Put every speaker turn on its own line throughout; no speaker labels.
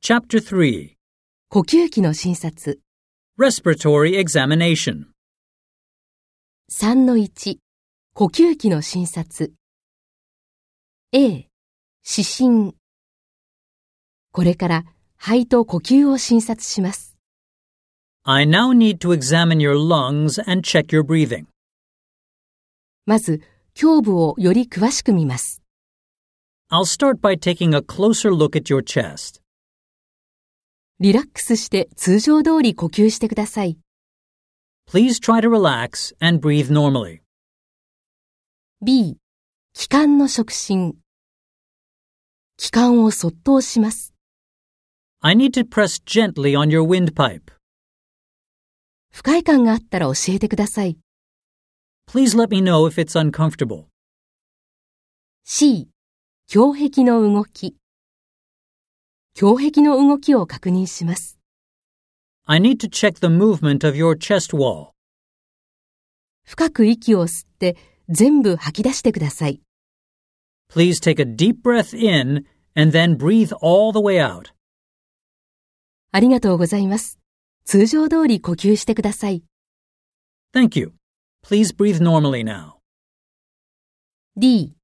Chapter 3
呼吸器の診察
Respiratory Examination
3-1呼吸器の診察 A 指針これから肺と呼吸を診察します
I now need to examine your lungs and check your breathing.
まず胸部をより詳しく見ます
I'll start by taking a closer look at your chest.
リラックスして通常通り呼吸してください
Please try to relax and breathe normally.
B 気管の触診気管をそっと押します
I need to press gently on your windpipe.
不快感があったら教えてください
Please let me know if it's uncomfortable.
C 胸壁の動き胸壁の動きを確認します
I need to check the movement of your chest wall.
深く息を吸って全部吐き出してください
Please take a deep breath in and then breathe all the way out.
ありがとうございます通常通り呼吸してください
Thank you. Please breathe normally now.
D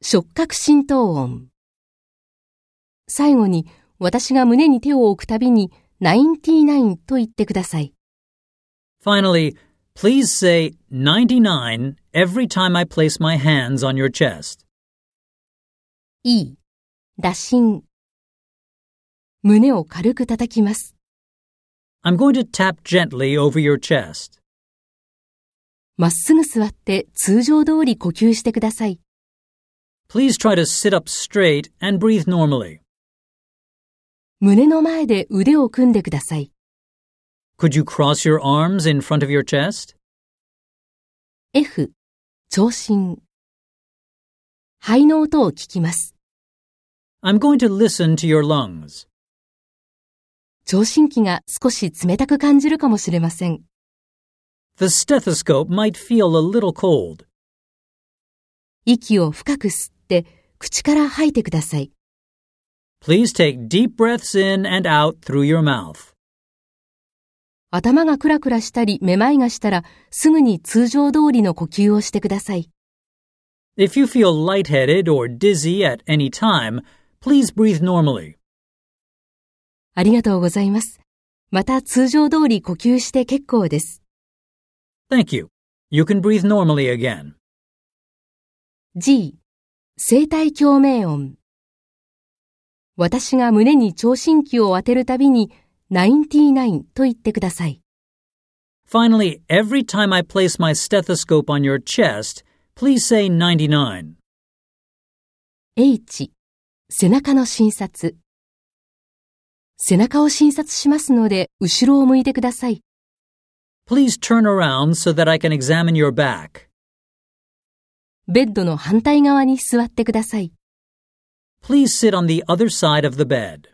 触覚浸透音最後に私が胸に手を置くたびに99と言ってください
Finally, please say 99 every time I place my hands on your chest.
E 打診胸を軽く叩きます
I'm going to tap gently over your chest.
まっすぐ座って通常通り呼吸してください
Please try to sit up straight and breathe normally.
胸の前で腕を組んでください。
Could you cross your arms in front of your chest?
F、聴診。肺の音を聞きます。
I'm going to listen to your lungs.
聴診器が少し冷たく感じるかもしれません。
The stethoscope might feel a little cold.
息を深く吸って、口から吐いてください。
Please take deep breaths in and out through your mouth.
頭がクラクラしたり、めまいがしたら、すぐに通常通りの呼吸をしてください。
If you feel lightheaded or dizzy at any time, please breathe normally.
ありがとうございます。また通常通り呼吸して結構です。
Thank you. You can breathe normally again.
G、声帯共鳴音。私が胸に聴診器を当てるたびに、99と言ってください。
Finally, every time I place my stethoscope on your chest, please say 99.
H、背中の診察。背中を診察しますので、後ろを向いてください。
Please turn around so that I can examine your back.
ベッドの反対側に座ってください。
Please sit on the other side of the bed.